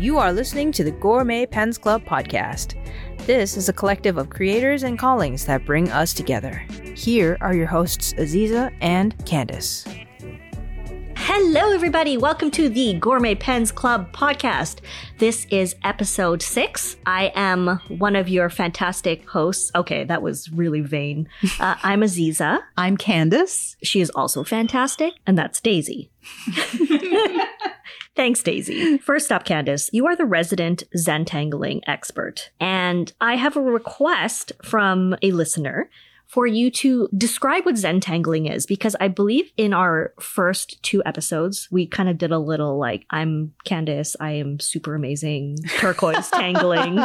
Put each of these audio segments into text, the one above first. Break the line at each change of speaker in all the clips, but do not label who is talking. You are listening to the Gourmet Pens Club podcast. This is a collective of creators and callings that bring us together. Here are your hosts, Aziza and Candace.
Hello, everybody. Welcome to the Gourmet Pens Club podcast. This is episode six. I am one of your fantastic hosts. Okay, that was really vain. Uh, I'm Aziza.
I'm Candace.
She is also fantastic, and that's Daisy. Thanks, Daisy. First up, Candace, you are the resident Zentangling expert, and I have a request from a listener for you to describe what Zentangling is, because I believe in our first two episodes, we kind of did a little like, I'm Candace, I am super amazing, turquoise tangling,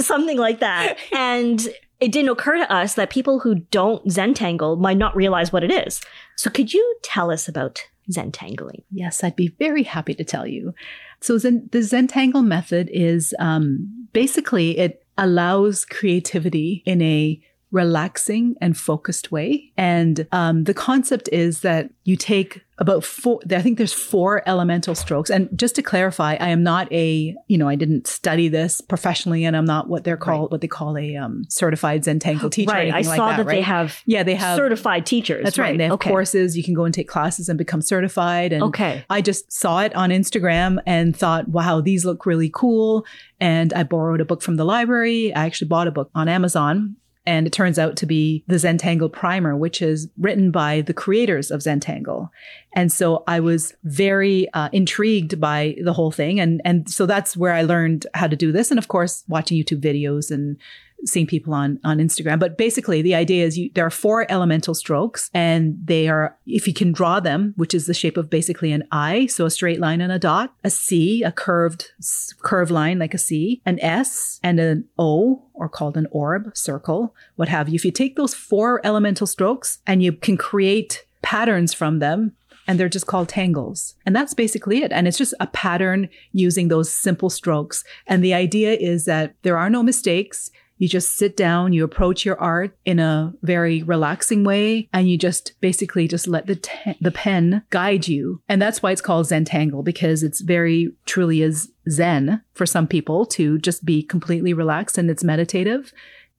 something like that. And it didn't occur to us that people who don't Zentangle might not realize what it is. So could you tell us about Zentangling?
Yes, I'd be very happy to tell you. So Zen- the Zentangle method is um, basically it allows creativity in a relaxing and focused way. And um, the concept is that you take about four, I think there's four elemental strokes. And just to clarify, I am not a, you know, I didn't study this professionally and I'm not what they're called, what they call a um, certified Zentangle teacher. or
right. I
anything
saw
like that,
that, they
right?
have
Yeah, they have.
certified teachers.
that's right. They have
okay.
courses. You can go and take classes and become certified. And
Okay.
I just saw it on Instagram and thought, wow, these look really cool. And I borrowed a book from the library. I actually bought a book on Amazon. And it turns out to be the Zentangle Primer, which is written by the creators of Zentangle. And so I was very uh, intrigued by the whole thing. And, and so that's where I learned how to do this. And of course, watching YouTube videos and seeing people on on Instagram. But basically, the idea is you, there are four elemental strokes, and they are if you can draw them, which is the shape of basically an I, so a straight line and a dot, a C, a curved s- curved line like a C, an S, and an O, or called an orb, circle, what have you. If you take those four elemental strokes and you can create patterns from them. And they're just called tangles. And that's basically it. And it's just a pattern using those simple strokes. And the idea is that there are no mistakes. You just sit down, you approach your art in a very relaxing way, and you just basically just let the te- the pen guide you. And that's why it's called Zentangle because it's very truly is zen for some people to just be completely relaxed and it's meditative.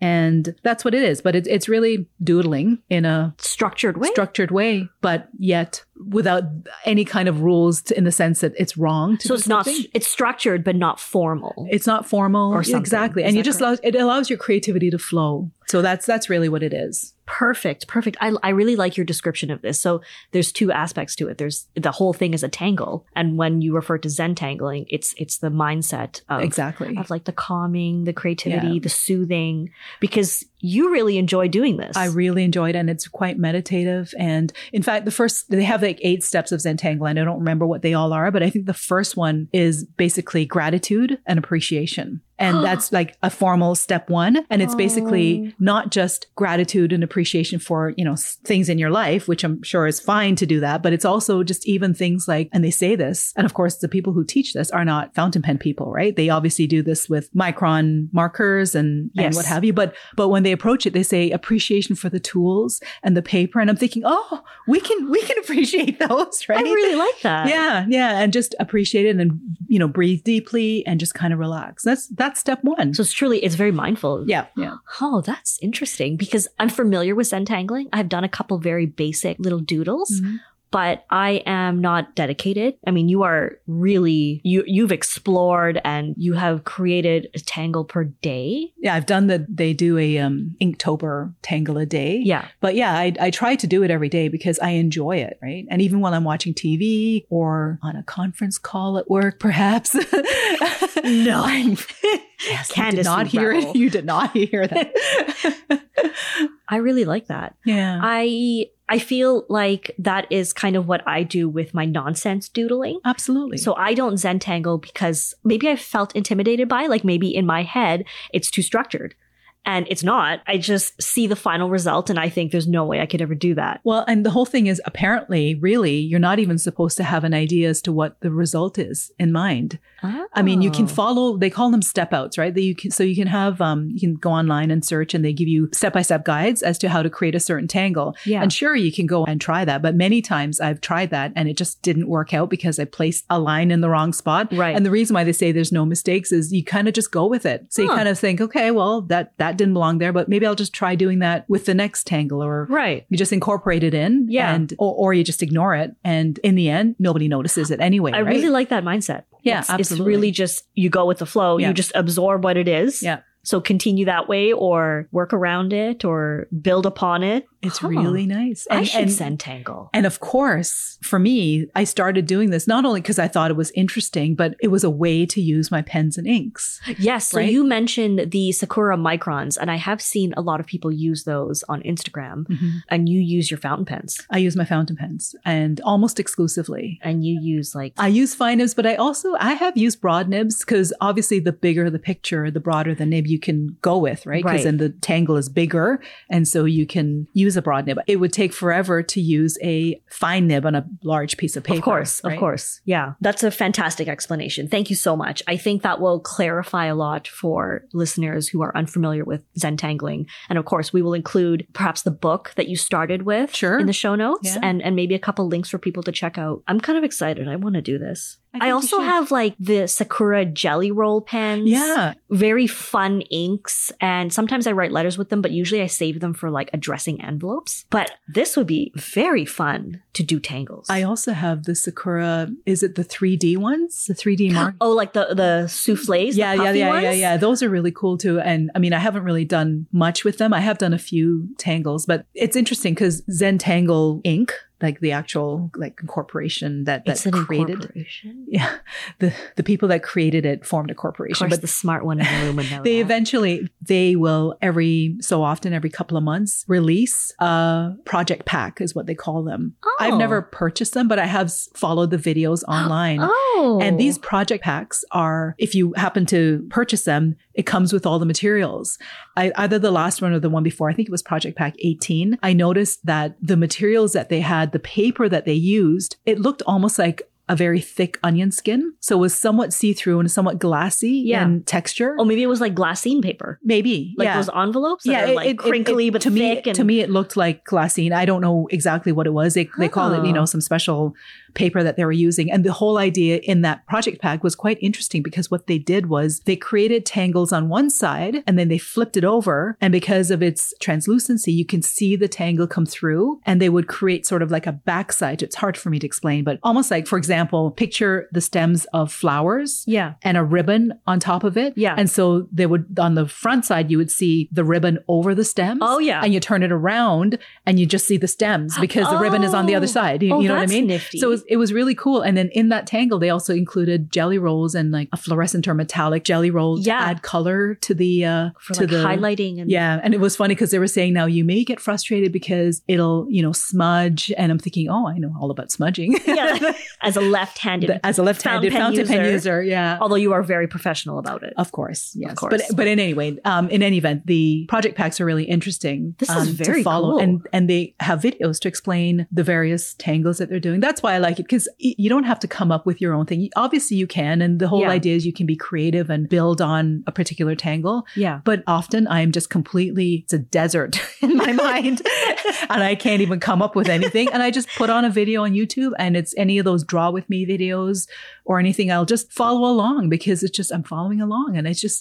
And that's what it is. But it, it's really doodling in a
Structured way.
structured way, but yet without any kind of rules to, in the sense that it's wrong. To
so
do
it's not
something.
it's structured but not formal.
It's not formal
Or something.
exactly,
Is
and you
that
just allows, it allows your creativity to flow. So that's that's really what it is.
perfect, perfect. I I really like your description of this. So there's two aspects to it. There's the whole thing is a tangle, and when you refer to Zen tangling, it's it's the mindset of
exactly.
of like the calming, the creativity,
Yeah.
the soothing, because you really enjoy doing this.
I really enjoyed it and it's quite meditative. And in fact, the first, they have like eight steps of Zentangle and I don't remember what they all are, but I think the first one is basically gratitude and appreciation. And that's like a formal step one. And it's
Oh.
basically not just gratitude and appreciation for, you know, s- things in your life, which I'm sure is fine to do that, but it's also just even things like, and they say this, and of course, the people who teach this are not fountain pen people, right? They obviously do this with micron markers and, and
Yes.
what have you. But, but when they approach it, they say appreciation for the tools and the paper. And I'm thinking, oh, we can, we can appreciate those, right?
I really like that.
yeah, yeah, and just appreciate it, and you know, breathe deeply, and just kind of relax. That's that's step one.
So it's truly it's very mindful.
Yeah, yeah.
Oh, that's interesting because I'm familiar with Zentangling. I've done a couple very basic little doodles,
Mm-hmm.
but I am not dedicated. I mean, you are really you you've explored and you have created a tangle per day.
Yeah, I've done the. They do a um, Inktober Tangle a day.
Yeah.
but yeah, I, I try to do it every day because I enjoy it, right? And even while I'm watching TV or on a conference call at work, perhaps. no, yes, you
Candace,
did not
you
hear
rebel.
it. You did not hear that.
I really like that.
yeah.
I I feel like that is kind of what I do with my nonsense doodling.
Absolutely.
So I don't Zentangle because maybe I felt intimidated by, like maybe in my head, it's too structured. and it's not. I just see the final result and I think there's no way I could ever do that.
Well, and the whole thing is apparently, really, you're not even supposed to have an idea as to what the result is in mind. I mean, you can
follow.
follow. They call them step outs, right? That you can, so you can have um, you can go online and search, and they give you step by step guides as to how to create a certain tangle.
Yeah.
And sure, you can go and try that, but many times I've tried that and it just didn't work out because I placed a line in the wrong spot.
Right.
And the reason why they say there's no mistakes is you kind of just go with it. So you
Huh.
kind of think, okay, well that that didn't belong there, but maybe I'll just try doing that with the next tangle or.
right.
You just incorporate it in,
Yeah.
and or, or you just ignore it, and in the end, nobody notices it anyway.
I
right?
really like that mindset.
Yeah,
it's, it's
absolutely.
really just you go with the flow.
Yeah.
You just absorb what it is.
Yeah.
So continue that way, or work around it, or build upon it.
It's
Huh.
really nice.
I should
and,
Zentangle.
And of course, for me, I started doing this not only because I thought it was interesting, but it was a way to use my pens and inks.
Yes. So
Right?
you mentioned the Sakura microns, and I have seen a lot of people use those on Instagram. And you use your fountain pens,
I use my fountain pens and almost exclusively.
and you use like
I use fine nibs, but I also I have used broad nibs because obviously the bigger the picture, the broader the nib you can go with, right? Because
Right.
then the tangle is bigger, and so you can use a broad nib. It would take forever to use a fine nib on a large piece of paper.
Of course,
right?
of course. Yeah. That's a fantastic explanation. Thank you so much. I think that will clarify a lot for listeners who are unfamiliar with Zentangling. And of course, we will include perhaps the book that you started with
Sure.
in the show notes
Yeah.
and, and maybe a couple links for people to check out. I'm kind of excited. I want to do this.
I
I,
think you
also
should.
have like the Sakura jelly roll pens.
Yeah,
Very fun inks. And sometimes I write letters with them, but usually I save them for like addressing envelopes. But this would be very fun to do tangles.
I also have the Sakura. Is it the 3D ones? The 3D mark?
Oh, like the the souffles.
yeah,
the
yeah,
puffy
yeah,
ones?
yeah, yeah. Those are really cool too. And I mean, I haven't really done much with them. I have done a few tangles, but it's interesting because Zentangle Inc., like the actual like corporation that that
It's an
created,
incorporation.
yeah, the the people that created it formed a
Of
corporation,
course,
but
the smart one in the room would know.
they
that.
eventually they will every so often every couple of months release a project pack is what they call them. I've
Oh.
never purchased them, but I have s- followed the videos online.
Oh,
And these project packs are, if you happen to purchase them, it comes with all the materials. I, either the last one or the one before, I think it was Project Pack 18. I noticed that the materials that they had, the paper that they used, it looked almost like a very thick onion skin. So it was somewhat see through and somewhat glassy
Yeah.
in texture.
Oh, maybe it was like glacine paper,
Maybe.
like
yeah.
those envelopes. That are like crinkly
it-
but
to
thick.
me,
and
to me, it looked like glassine. I don't know exactly what it was. They they call it, you know,
Oh.
some special paper that they were using. And the whole idea in that project pack was quite interesting because what they did was they created tangles on one side and then they flipped it over. And because of its translucency, you can see the tangle come through. And they would create sort of like a backside. It's hard for me to explain, but almost like, for example, picture the stems of flowers
yeah,
and a ribbon on top of it.
Yeah.
And so they would on the front side you would see the ribbon over the stems.
Oh, yeah.
And you turn it around and you just see the stems because the ribbon is on the other
Oh.
side. You,
Oh,
you know what I
that's
mean?
nifty.
So it was, it was really cool. And then in that tangle they also included jelly rolls and like a fluorescent or metallic jelly roll to
Yeah.
add color to the uh
for
to
like
the
highlighting and
yeah, and it was funny because they were saying now you may get frustrated because it'll, you know, smudge. And I'm thinking, oh, I know all about smudging.
Yeah. as a left-handed.
as a left-handed
Fountain
fountain
pen
pen
user.
user, yeah.
although you are very professional about it.
Of course, yes.
course.
But but in any way, um, in any event, the project packs are really interesting.
This is
um,
very
to follow,
cool.
and and they have videos to explain the various tangles that they're doing. That's why I like it because you don't have to come up with your own thing. Obviously, you can, and the whole
Yeah.
idea is you can be creative and build on a particular tangle.
yeah.
But often I am just completely, it's a desert in my mind. and I can't even come up with anything. And I just put on a video on YouTube and it's any of those draw with me videos or anything. I'll just follow along because it's just, I'm following along and it's just,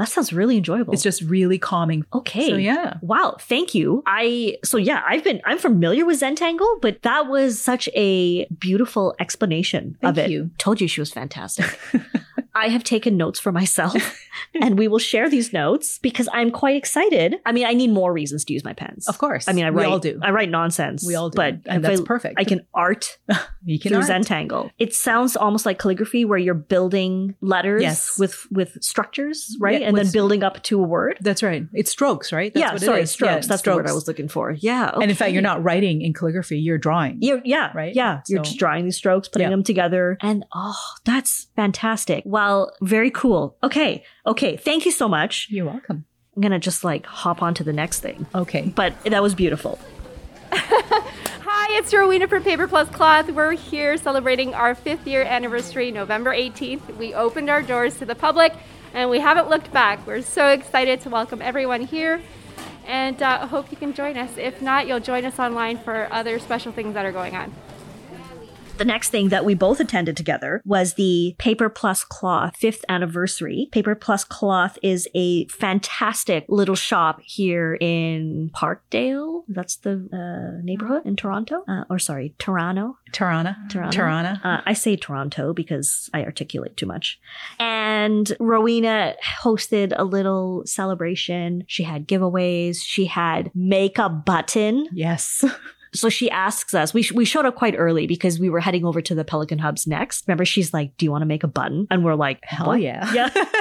That sounds really enjoyable.
it's just really calming.
okay.
So yeah.
Wow, thank you. I so yeah, I've been I'm familiar with Zentangle, but that was such a beautiful explanation of
Thank
it.
you.
Told you she was fantastic. I have taken notes for myself and we will share these notes because I'm quite excited. I mean, I need more reasons to use my pens.
Of course.
I mean, I
we
write
all do.
I write nonsense.
we all do.
But if
and that's
I,
perfect.
I can art
you can
through
art.
Zentangle. It sounds almost like calligraphy where you're building letters
Yes.
with with structures, right?
Yeah,
and then
with-
building up to a word.
That's right. It's strokes, right? That's
yeah,
what it
sorry,
is.
strokes.
Yeah,
That's the word I was looking for. Yeah.
And in fact, you're
okay.
not writing in calligraphy, you're drawing.
You're, yeah,
Right?
Yeah, you're
So-
just drawing these strokes, putting
Yeah.
them together, and oh, that's fantastic. Well, very cool. Okay, okay, thank you so much.
You're welcome.
I'm going to just like hop on to the next thing.
Okay.
But that was beautiful.
Hi, it's Rowena from Paper Plus Cloth. We're here celebrating our fifth year anniversary, November 18th. We opened our doors to the public and we haven't looked back. We're so excited to welcome everyone here and uh, hope you can join us. If not, you'll join us online for other special things that are going on.
The next thing that we both attended together was the Paper Plus Cloth fifth anniversary. Paper Plus Cloth is a fantastic little shop here in Parkdale. That's the uh, neighborhood in Toronto, uh, or sorry, Toronto.
Tirana.
Toronto.
Tirana.
Uh, I say Toronto because I articulate too much. And Rowena hosted a little celebration. She had giveaways. She had make a button.
Yes.
So she asks us, we, sh- we showed up quite early because we were heading over to the Pelican Hubs next. Remember, she's like, Do you want to make a button? And we're like,
Hell
"What?
yeah.
Yeah.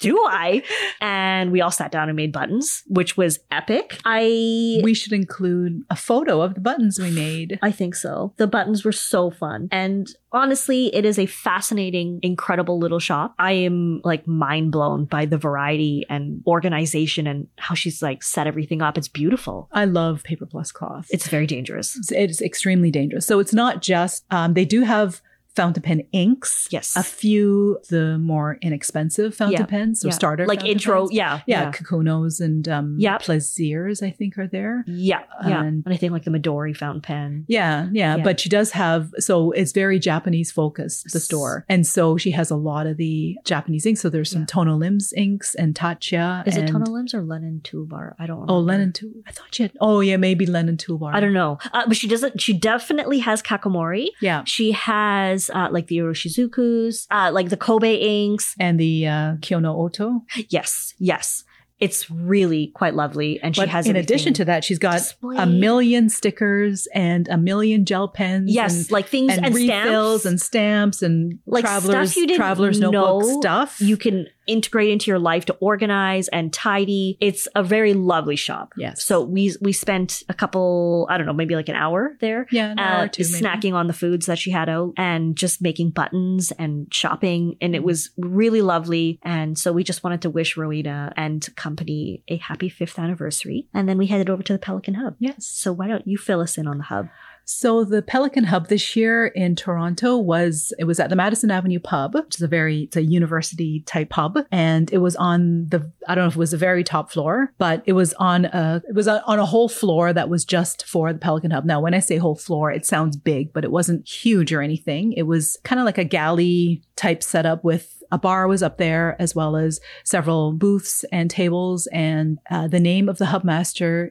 Do I? And we all sat down and made buttons, which was epic. I.
we should include a photo of the buttons we made.
I think so. The buttons were so fun. And honestly, it is a fascinating, incredible little shop. I am like mind blown by the variety and organization and how she's like set everything up. It's beautiful.
I love paper plus cloth.
It's very dangerous.
It's- it's extremely dangerous. So it's not just um, they do have fountain pen inks.
Yes.
A few the more inexpensive fountain
Yeah.
pens or
Yeah.
starter
like
fountain
intro.
pens.
Yeah.
Yeah, Kakunos and um,
Yep.
Plaisirs, I think, are there.
Yeah, yeah.
And-
And, I think like the Midori fountain pen.
Yeah, yeah,
Yeah.
But she does have, so it's very Japanese focused, the
S-
store. And so she has a lot of the Japanese inks. So there's some
Yeah.
Tono Limbs inks and Tatcha.
Is
and,
it Tono Limbs or Lennon Toolbar? I don't. Remember.
Oh, Lennon Tool. I thought she had, oh, yeah, maybe Lennon Toolbar.
I don't know, uh, but she doesn't. She definitely has Kakamori.
Yeah.
She has uh, like the Uroshizukus, uh, like the Kobe inks.
And the uh, Kyono Oto.
Yes, yes. It's really quite lovely, and she
but
has.
in addition to
everything
that, she's got a
displayed.
million stickers and a million gel pens.
Yes,
and,
like things
and,
and,
refills
stamps
and stamps and
Like stuff
travelers,
you didn't
travelers notebook
know
stuff.
you can integrate into your life to organize and tidy. It's a very lovely shop.
Yes.
So we we spent a couple, I don't know, maybe like an hour there.
yeah, an hour
uh,
or two, maybe.
snacking on the foods that she had out and just making buttons and shopping. And it was really lovely. And so we just wanted to wish Rowena and company a happy fifth anniversary. And then we headed over to the Pelican Hub.
Yes.
So why don't you fill us in on the hub?
So the Pelican Hub this year in Toronto was it was at the Madison Avenue Pub, which is a very it's a university type pub, and it was on the I don't know if it was the very top floor, but it was on a it was on a whole floor that was just for the Pelican Hub. Now when I say whole floor, it sounds big, but it wasn't huge or anything. It was kind of like a galley type setup with a bar was up there as well as several booths and tables and uh, the name of the hubmaster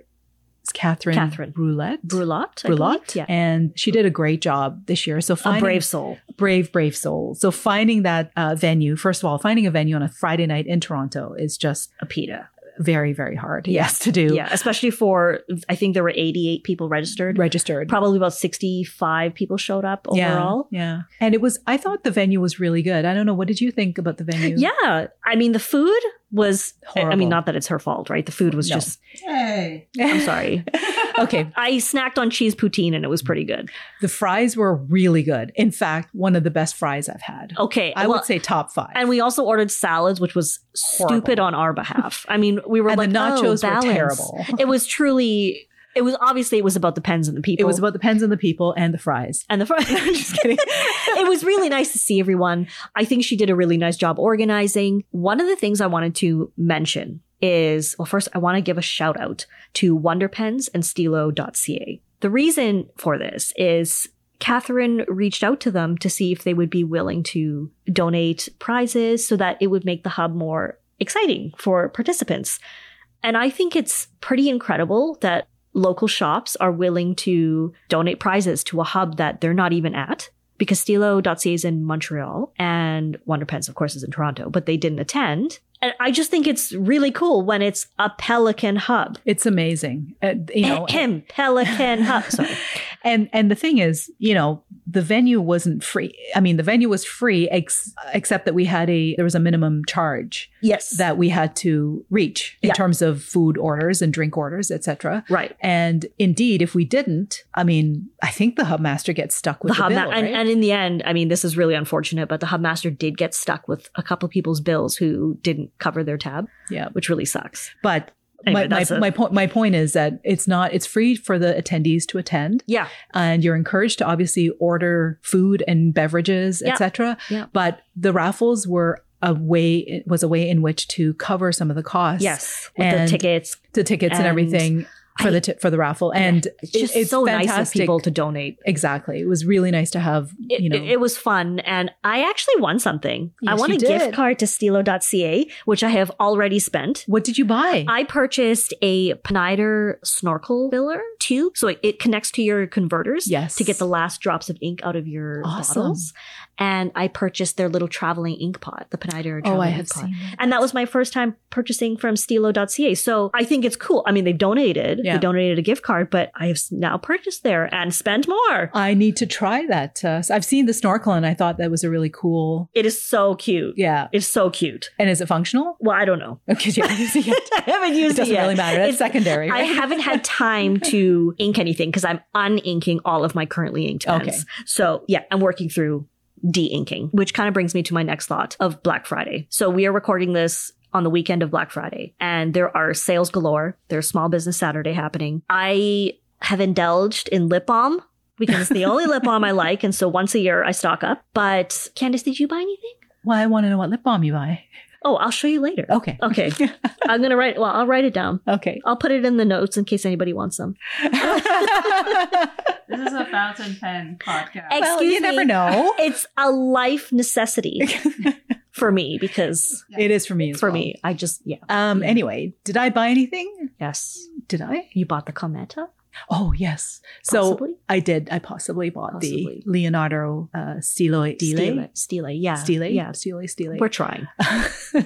is Catherine,
Catherine.
Roulette.
Brulotte? I
Brulotte,
believe? Yeah.
and she did a great job this year. So
a
finding
brave soul.
brave, brave soul. So finding that uh, venue, first of all, finding a venue on a Friday night in Toronto is just
A PETA.
very, very hard. Yes, to do
Yeah. Especially for, I think there were 88 people registered.
registered.
Probably about 65 people showed up
Yeah,
overall.
yeah, And it was. I thought the venue was really good. I don't know. What did you think about the venue?
Yeah. I mean, the food was, I- I
Horrible.
mean, not that it's her fault, right? The food was
No.
just,
Hey.
I'm sorry.
okay.
I snacked on cheese poutine and it was pretty good.
The fries were really good. In fact, one of the best fries I've had.
Okay.
I
well,
would say top five.
And we also ordered salads, which was stupid
Horrible.
on our behalf. I mean, we were
And
like,
the nachos
oh,
were
balance.
terrible.
It was truly, it was obviously, it was about the pens and the people.
It was about the pens and the people and the fries.
and the front. I'm just kidding. it was really nice to see everyone. I think she did a really nice job organizing. One of the things I wanted to mention is, well, first I want to give a shout out to Wonderpens and Stilo.ca. The reason for this is Catherine reached out to them to see if they would be willing to donate prizes so that it would make the hub more exciting for participants. And I think it's pretty incredible that local shops are willing to donate prizes to a hub that they're not even at because Stilo.ca is in Montreal and Wonderpens, of course, is in Toronto, but they didn't attend. And I just think it's really cool when it's a Pelican hub.
It's amazing. Uh, you know,
Ahem, Pelican hub. Sorry.
And and the thing is, you know, the venue wasn't free. I mean, the venue was free ex- except that we had a there was a minimum charge
Yes.
that we had to reach in
Yeah.
terms of food orders and drink orders, etc.
right.
And indeed, if we didn't, I mean, I think the hub master gets stuck with
The
the,
hub
bill,
ma- and,
right?
and in the end, I mean, this is really unfortunate, but the hub master did get stuck with a couple people's bills who didn't cover their tab,
yeah,
which really sucks.
but.
Anyway,
my
that's
my,
a-
my point my point is that it's not it's free for the attendees to attend
Yeah.
and you're encouraged to obviously order food and beverages,
Yeah.
etc.
Yeah.
But the raffles were a way was a way in which to cover some of the costs,
Yes. With
And-
the tickets.
the tickets and,
And
everything for
I-
the t- for the raffle, and
It's just
it- it's
so nice of
fantastic.
people to donate.
Exactly, it was really nice to have
it,
you know.
it, it was fun and i actually won something i
Yes,
won
you
a gift
did.
card to stilo.ca which i have already spent
what did you buy?
I purchased a Pnider snorkel filler tube, so it, it connects to your converters
yes,
to get the last drops of ink out of your
Awesome.
bottles. And I purchased their little traveling ink pot, the Pnider traveling
oh, I
ink
have
pot.
seen. that.
And that was my first time purchasing from stilo.ca. So I think it's cool. I mean, they've donated.
Yeah.
They donated a gift card, but I have s- now purchased there and spent more.
I need to try that. Uh, so I've seen the snorkel, and I thought that was a really cool.
It is so cute.
Yeah,
It's so cute.
and is it functional?
Well, I don't know.
Okay, yeah, yeah.
I haven't
it
used it,
doesn't
yet.
really matter. That's
It's-
secondary.
I
right?
haven't had time to ink anything because I'm uninking all of my currently inked pens.
Okay.
So yeah, I'm working through de-inking, which kind of brings me to my next thought of Black Friday. So we are recording this on the weekend of Black Friday, and there are sales galore. There's Small Business Saturday happening. I have indulged in lip balm because it's the only lip balm I like, and so once a year I stock up. But Candice, did you buy anything?
Well, I want to know what lip balm you buy.
Oh, I'll show you later.
Okay,
Okay. I'm gonna write. Well, I'll write it down.
okay.
I'll put it in the notes in case anybody wants them.
This is a fountain pen podcast.
Ex-
well,
Excuse
you never
me.
know.
It's a life necessity for me because
It is for me. as
for
well.
me, I just yeah
Um. Anyway, did I buy anything?
yes.
Did I?
You bought the Cometa,
Oh yes. So
possibly
I did. I possibly bought
Possibly.
the Leonardo uh, Stile Stile
Stele, Stele, yeah,
Stile
yeah.
Stile Stile.
We're trying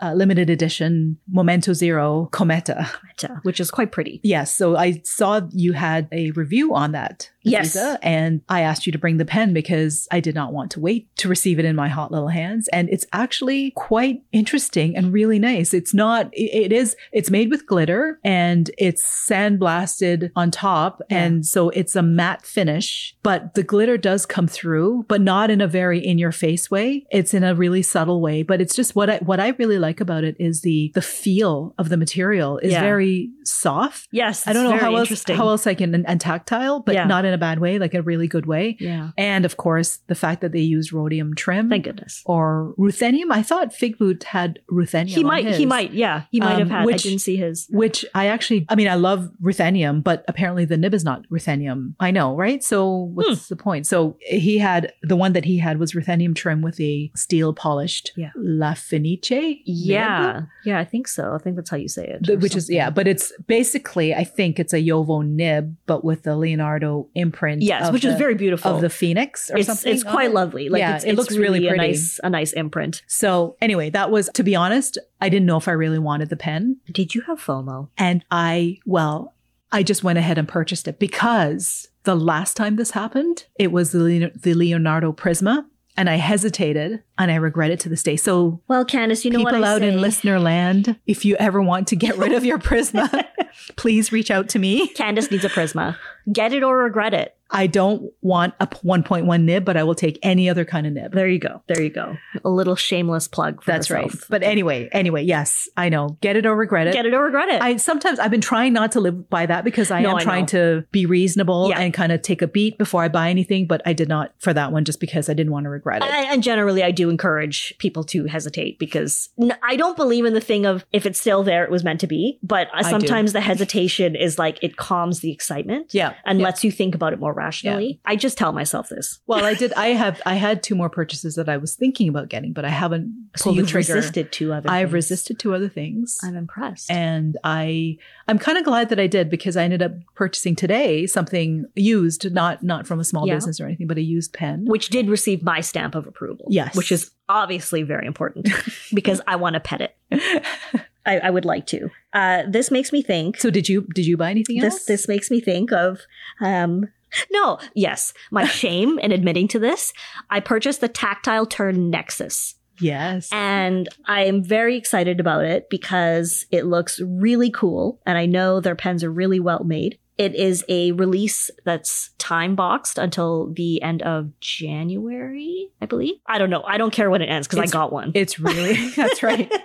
uh, limited edition Momento Zero Cometa.
Cometa, which is quite pretty.
Yes. So I saw you had a review on that.
Yes.
Aziza, and I asked you to bring the pen because I did not want to wait to receive it in my hot little hands. And it's actually quite interesting and really nice. It's not, it it is, it's made with glitter and it's sandblasted on top. And so it's a matte finish, but the glitter does come through, but not in a very in your face way. It's in a really subtle way, but it's just what I, what I really like about it is the, the feel of the material is
Yeah.
very soft.
Yes,
I don't know
it's very
how else,
interesting.
how else I can, and, and tactile, but
Yeah.
not in a bad way, like a really good way.
yeah,
And of course, the fact that they use rhodium trim
thank goodness.
or ruthenium. I thought Fig Boot had ruthenium.
He
on
might, he
his,
might, yeah, he might
Um,
have had. I
which-
didn't see his.
Which I actually, I mean, I love ruthenium, but apparently the nib is not ruthenium. I know, right? So what's
Hmm.
the point? So he had the one that he had was ruthenium trim with a steel polished
Yeah.
La Fenice. nib.
Yeah, yeah, I think so. I think that's how you say it.
The-
or
which is
something.
yeah, but it's basically I think it's a Yovo nib, but with the Leonardo imprint.
yes,
of
which is
the-
very beautiful.
of the phoenix or
it's,
something.
it's
on
quite
it.
lovely. Like
Yeah,
it's,
it
it's
looks really
a
pretty.
nice, a nice imprint.
So anyway, that was to be honest, I didn't know if I really wanted the pen,
Did you have FOMO?
and I well, I just went ahead and purchased it because the last time this happened, it was the Leon- the Leonardo Prisma. And I hesitated and I regret it to this day. So
Well, Candice, you know
people
what I
out
say.
in listener land, if you ever want to get rid of your Prisma, please reach out to me.
Candace needs a Prisma. Get it or regret it.
I don't want a p- 1.1 nib, but I will take any other kind of nib.
There you go. There you go. A little shameless plug. For
That's right.
herself.
But anyway, anyway, yes, I know. Get it or regret it.
Get it or regret it.
I sometimes I've been trying not to live by that because I
No,
am
I
trying
know.
to be reasonable
Yeah.
and kind of take a beat before I buy anything, but I did not for that one just because I didn't want to regret it.
and and generally, I do encourage people to hesitate because n- I don't believe in the thing of if it's still there, it was meant to be. But uh,
do.
sometimes the hesitation is like it calms the excitement
yeah.
and
yeah.
lets you think about it more rationally. I just tell myself this.
well, I did I have I had two more purchases that I was thinking about getting, but I haven't
So
pulled
you
the trigger.
resisted two other.
I've
things.
resisted two other things.
I'm impressed.
and I I'm kind of glad that I did because I ended up purchasing today something used, not not from a small
Yeah.
business or anything, but a used pen.
which did receive my stamp of approval.
Yes.
Which is obviously very important because I want to pet it. I, I would like to. Uh, this makes me think.
so did you did you buy anything
this
else?
this makes me think of um, No, yes, my shame in admitting to this. I purchased the Tactile Turn Nexus.
Yes.
And I am very excited about it because it looks really cool. And I know their pens are really well made. It is a release that's time boxed until the end of January, I believe. I don't know. I don't care when it ends because I
It's-
got one.
It's really, that's right.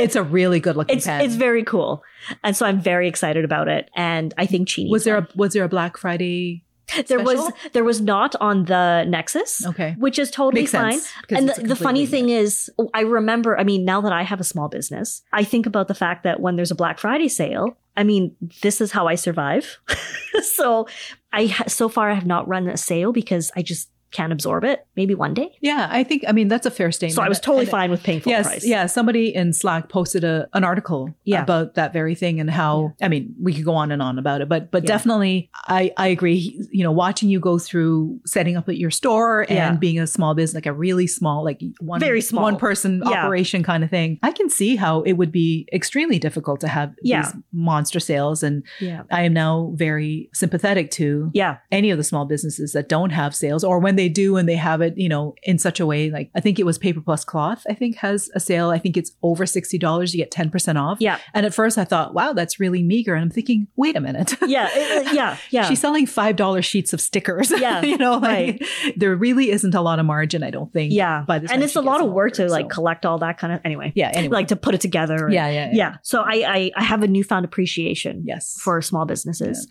It's a really good looking
It's,
pen.
it's very cool. And so I'm very excited about it. And I think Chini.
was there a was there a Black Friday?
there was
special?
there was not on the Nexus,
Okay,
which is totally
makes
fine.
sense. because
And
it's a
the, the funny
completely-
thing is, I remember, I mean, now that I have a small business, I think about the fact that when there's a Black Friday sale, I mean, this is how I survive. so I, ha- so far, I have not run a sale because I just can't absorb it. Maybe one day.
yeah, I think I mean that's a fair statement.
So I was totally
And-
fine with paying full
Yes,
price.
yeah. Somebody in Slack posted a an article
Yeah.
about that very thing and how. I mean, we could go on and on about it, but but
Yeah.
definitely, I I agree. You know, watching you go through setting up at your store and
Yeah.
being a small business, like a really small, like one
Very small.
one person
Yeah.
operation kind of thing. I can see how it would be extremely difficult to have
Yeah.
these monster sales, and
Yeah.
I am now very sympathetic to
Yeah.
any of the small businesses that don't have sales or when they do and they have it, you know, in such a way like I think it was Paper Plus Cloth, I think has a sale. I think it's over $60, you get 10% off.
Yeah.
And at first I thought, wow, that's really meager. And I'm thinking, wait a minute.
Yeah. it- it- yeah. Yeah.
She's selling $5 sheets of stickers.
Yeah,
you know, like
right.
there really isn't a lot of margin, I don't think.
yeah.
By the time
And it's
she
a lot
gets
of
an
work to
order,
like
so-
collect all that kind of, anyway,
Yeah. Anyway.
like to put it together. and-
yeah, yeah.
Yeah. So I, I, I have a newfound appreciation.
Yes.
for small businesses.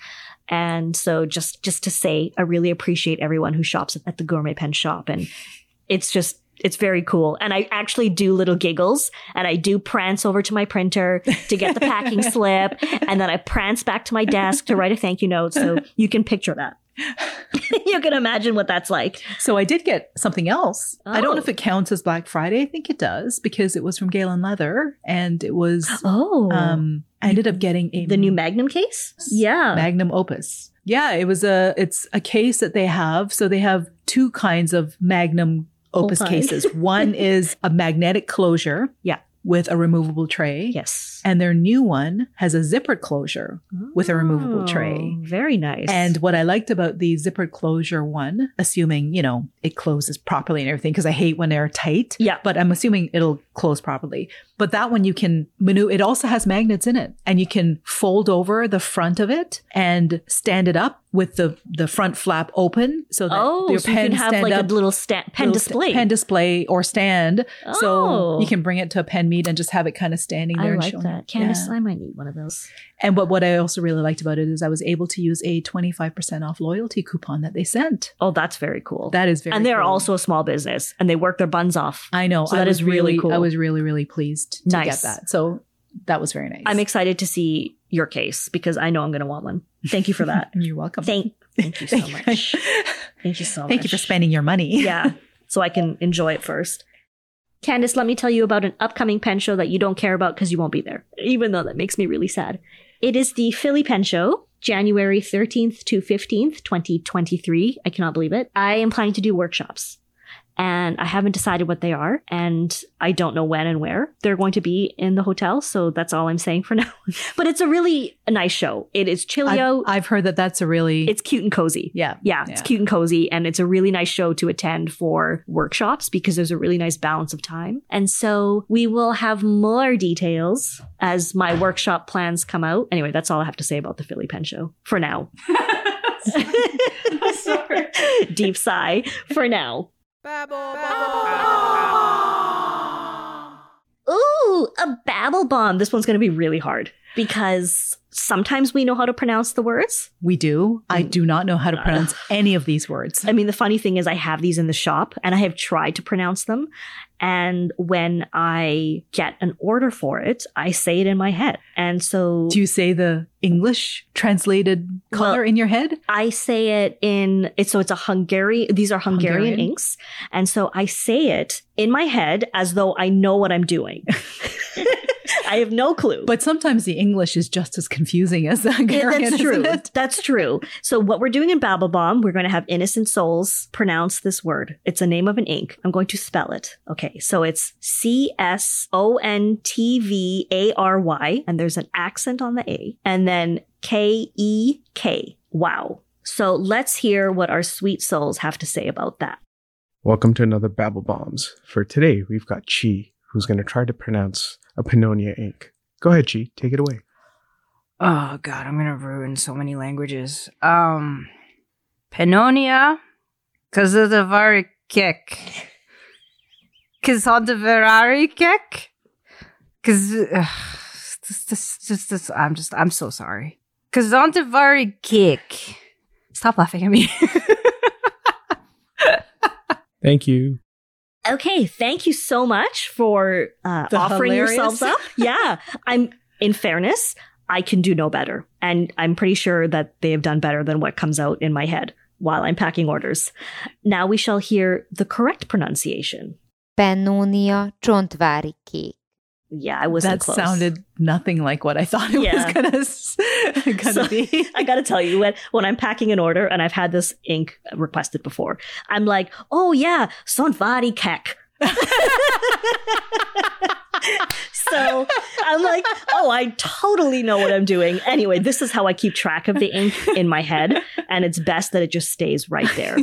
And so just just to say, I really appreciate everyone who shops at the Gourmet Pen shop and it's just it's very cool. And I actually do little giggles and I do prance over to my printer to get the packing slip and then I prance back to my desk to write a thank you note so you can picture that. you can imagine what that's like.
So I did get something else. I don't know
Oh.
if it counts as Black Friday. I think it does because it was from Galen Leather and it was
Oh.
um I ended up getting a
the new Magnum case? Yeah.
magnum opus. Yeah, it was a it's a case that they have. So they have two kinds of magnum opus
Opine.
cases. One is a magnetic closure.
Yeah.
With a removable tray.
yes.
And their new one has a zippered closure. with a removable tray.
Oh, Very nice.
And what I liked about the zippered closure one, assuming, you know, it closes properly and everything, because I hate when they're tight.
yeah.
but I'm assuming it'll close properly. But that one you can maneuver. It also has magnets in it, and you can fold over the front of it and stand it up with the the front flap open, so that
Oh,
your
so you
pen
can have
stand
like
up.
a little sta- pen
little sta-
display.
pen display, or stand. So
Oh.
you can bring it to a pen meet and just have it kind of standing there
I
and
like
showing.
that. Candace, I might need one of those.
And what what I also really liked about it is I was able to use a twenty five percent off loyalty coupon that they sent.
Oh, that's very cool.
That is very
and they're
cool.
also a small business and they work their buns off.
I know
So
I
that
was
is really cool.
I was really really pleased to get
Nice.
that. So that was very nice.
I'm excited to see your case because I know I'm going to want one. Thank you for that.
You're welcome.
thank, thank you so much. Thank you so much.
Thank you for spending your money.
yeah, so I can enjoy it first. Candace, let me tell you about an upcoming pen show that you don't care about because you won't be there, even though that makes me really sad. It is the Philly Pen Show, January 13th to 15th, 2023. I cannot believe it. I am planning to do workshops. And I haven't decided what they are, and I don't know when and where they're going to be in the hotel. So that's all I'm saying for now. but it's a really nice show. It is chilly
I've,
out.
I've heard that that's a really
it's cute and cozy.
yeah.
Yeah,
Yeah.
it's cute and cozy, and it's a really nice show to attend for workshops because there's a really nice balance of time. And so we will have more details as my workshop plans come out. Anyway, that's all I have to say about the Philly Pen Show for now.
Sorry.
Deep sigh for now. Ooh, a babble bomb. This one's going to be really hard because sometimes we know how to pronounce the words.
We do. I
Mm.
do not know how to
Uh.
pronounce any of these words.
I mean, the funny thing is, I have these in the shop and I have tried to pronounce them. And when I get an order for it, I say it in my head. And so
Do you say the English translated color
Well-
in your head?
I say it in it's so it's a Hungarian these are Hungarian,
Hungarian.
inks. And so I say it in my head as though I know what I'm doing. I have no clue.
But sometimes the English is just as confusing as the
Yeah,
Hungarian,
that's true.
isn't it?
That's true. So what we're doing in Babble Bomb, we're going to have innocent souls pronounce this word. It's a name of an ink. I'm going to spell it. Okay. So it's C S O N T V A R Y, and there's an accent on the A, and then K E K. Wow. So let's hear what our sweet souls have to say about that.
Welcome to another Babble Bombs. For today, we've got Chi, who's going to try to pronounce a Pannonia ink. Go ahead, Chi. Take it away.
Oh god, I'm gonna ruin so many languages. Um Pannonia Kazadavarikek. Kazadavarikek? Kaz ugh, this, this, this, this, I'm just I'm so sorry. Kazadavarikek. Stop laughing at me.
Thank you.
Okay, thank you so much for uh,
The
offering
hilarious.
yourselves up. Yeah, I'm in fairness, I can do no better, and I'm pretty sure that they have done better than what comes out in my head while I'm packing orders. Now we shall hear the correct pronunciation.
Pannonia Csontvári-kék.
Yeah, I wasn't
That
close.
sounded nothing like what I thought it
Yeah.
was gonna, s- gonna
So-
be.
I gotta tell you, when, when I'm packing an order and I've had this ink requested before, I'm like, oh yeah, Sonvari Kek. so I'm like, oh, I totally know what I'm doing. Anyway, this is how I keep track of the ink in my head, and it's best that it just stays right there.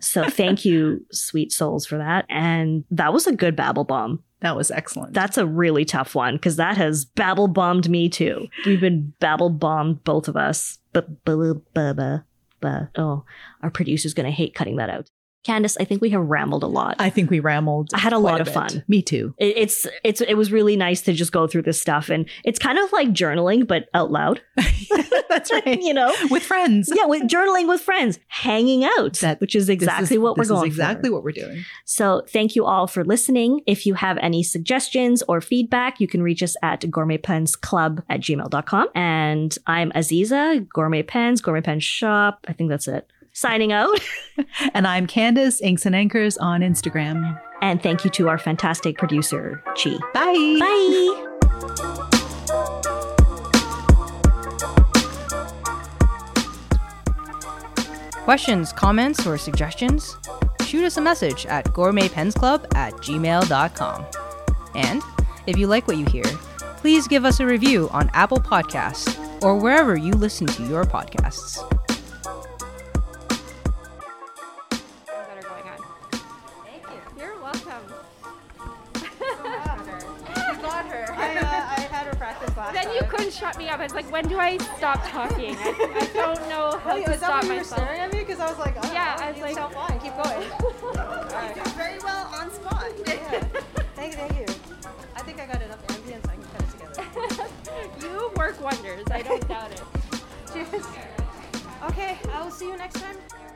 So thank you, sweet souls, for that. And that was a good babble bomb.
that was excellent.
That's a really tough one because that has babble bombed me too. We've been babble bombed, both of us. But oh, our producer's going to hate cutting that out. Candace, I think we have rambled a lot.
I think we rambled.
I had a
quite
lot of
bit.
fun.
Me too.
It- It's it's it was really nice to just go through this stuff, and it's kind of like journaling but out loud.
That's right.
you know.
With friends.
Yeah, with journaling with friends, hanging out,
That-
which is
This is-
exactly what we're
this
going.
is exactly
for.
what we're doing.
So thank you all for listening. If you have any suggestions or feedback, you can reach us at gourmetpensclub at gmail.com. And I'm Aziza, Gourmet Pens, Gourmet Pen Shop. I think that's it. Signing out.
And I'm Candace, Inks and Anchors on Instagram.
And thank you to our fantastic producer, Chi.
Bye.
Bye.
Questions, comments, or suggestions? Shoot us a message at gourmetpensclub at gmail.com. And if you like what you hear, please give us a review on Apple Podcasts or wherever you listen to your podcasts.
that are going on. Thank you. You're welcome.
uh,
Then you couldn't shut me up. I was like, when do I stop talking? I, I don't know how to stop myself.
at me? Because I was like, oh,
Yeah, I was like,
fine, keep going. You're doing very well on spot. Yeah. Thank you, thank you. I think I got enough ambience, I can cut it together.
you work wonders. I don't doubt it.
Cheers. Okay, I will see you next time.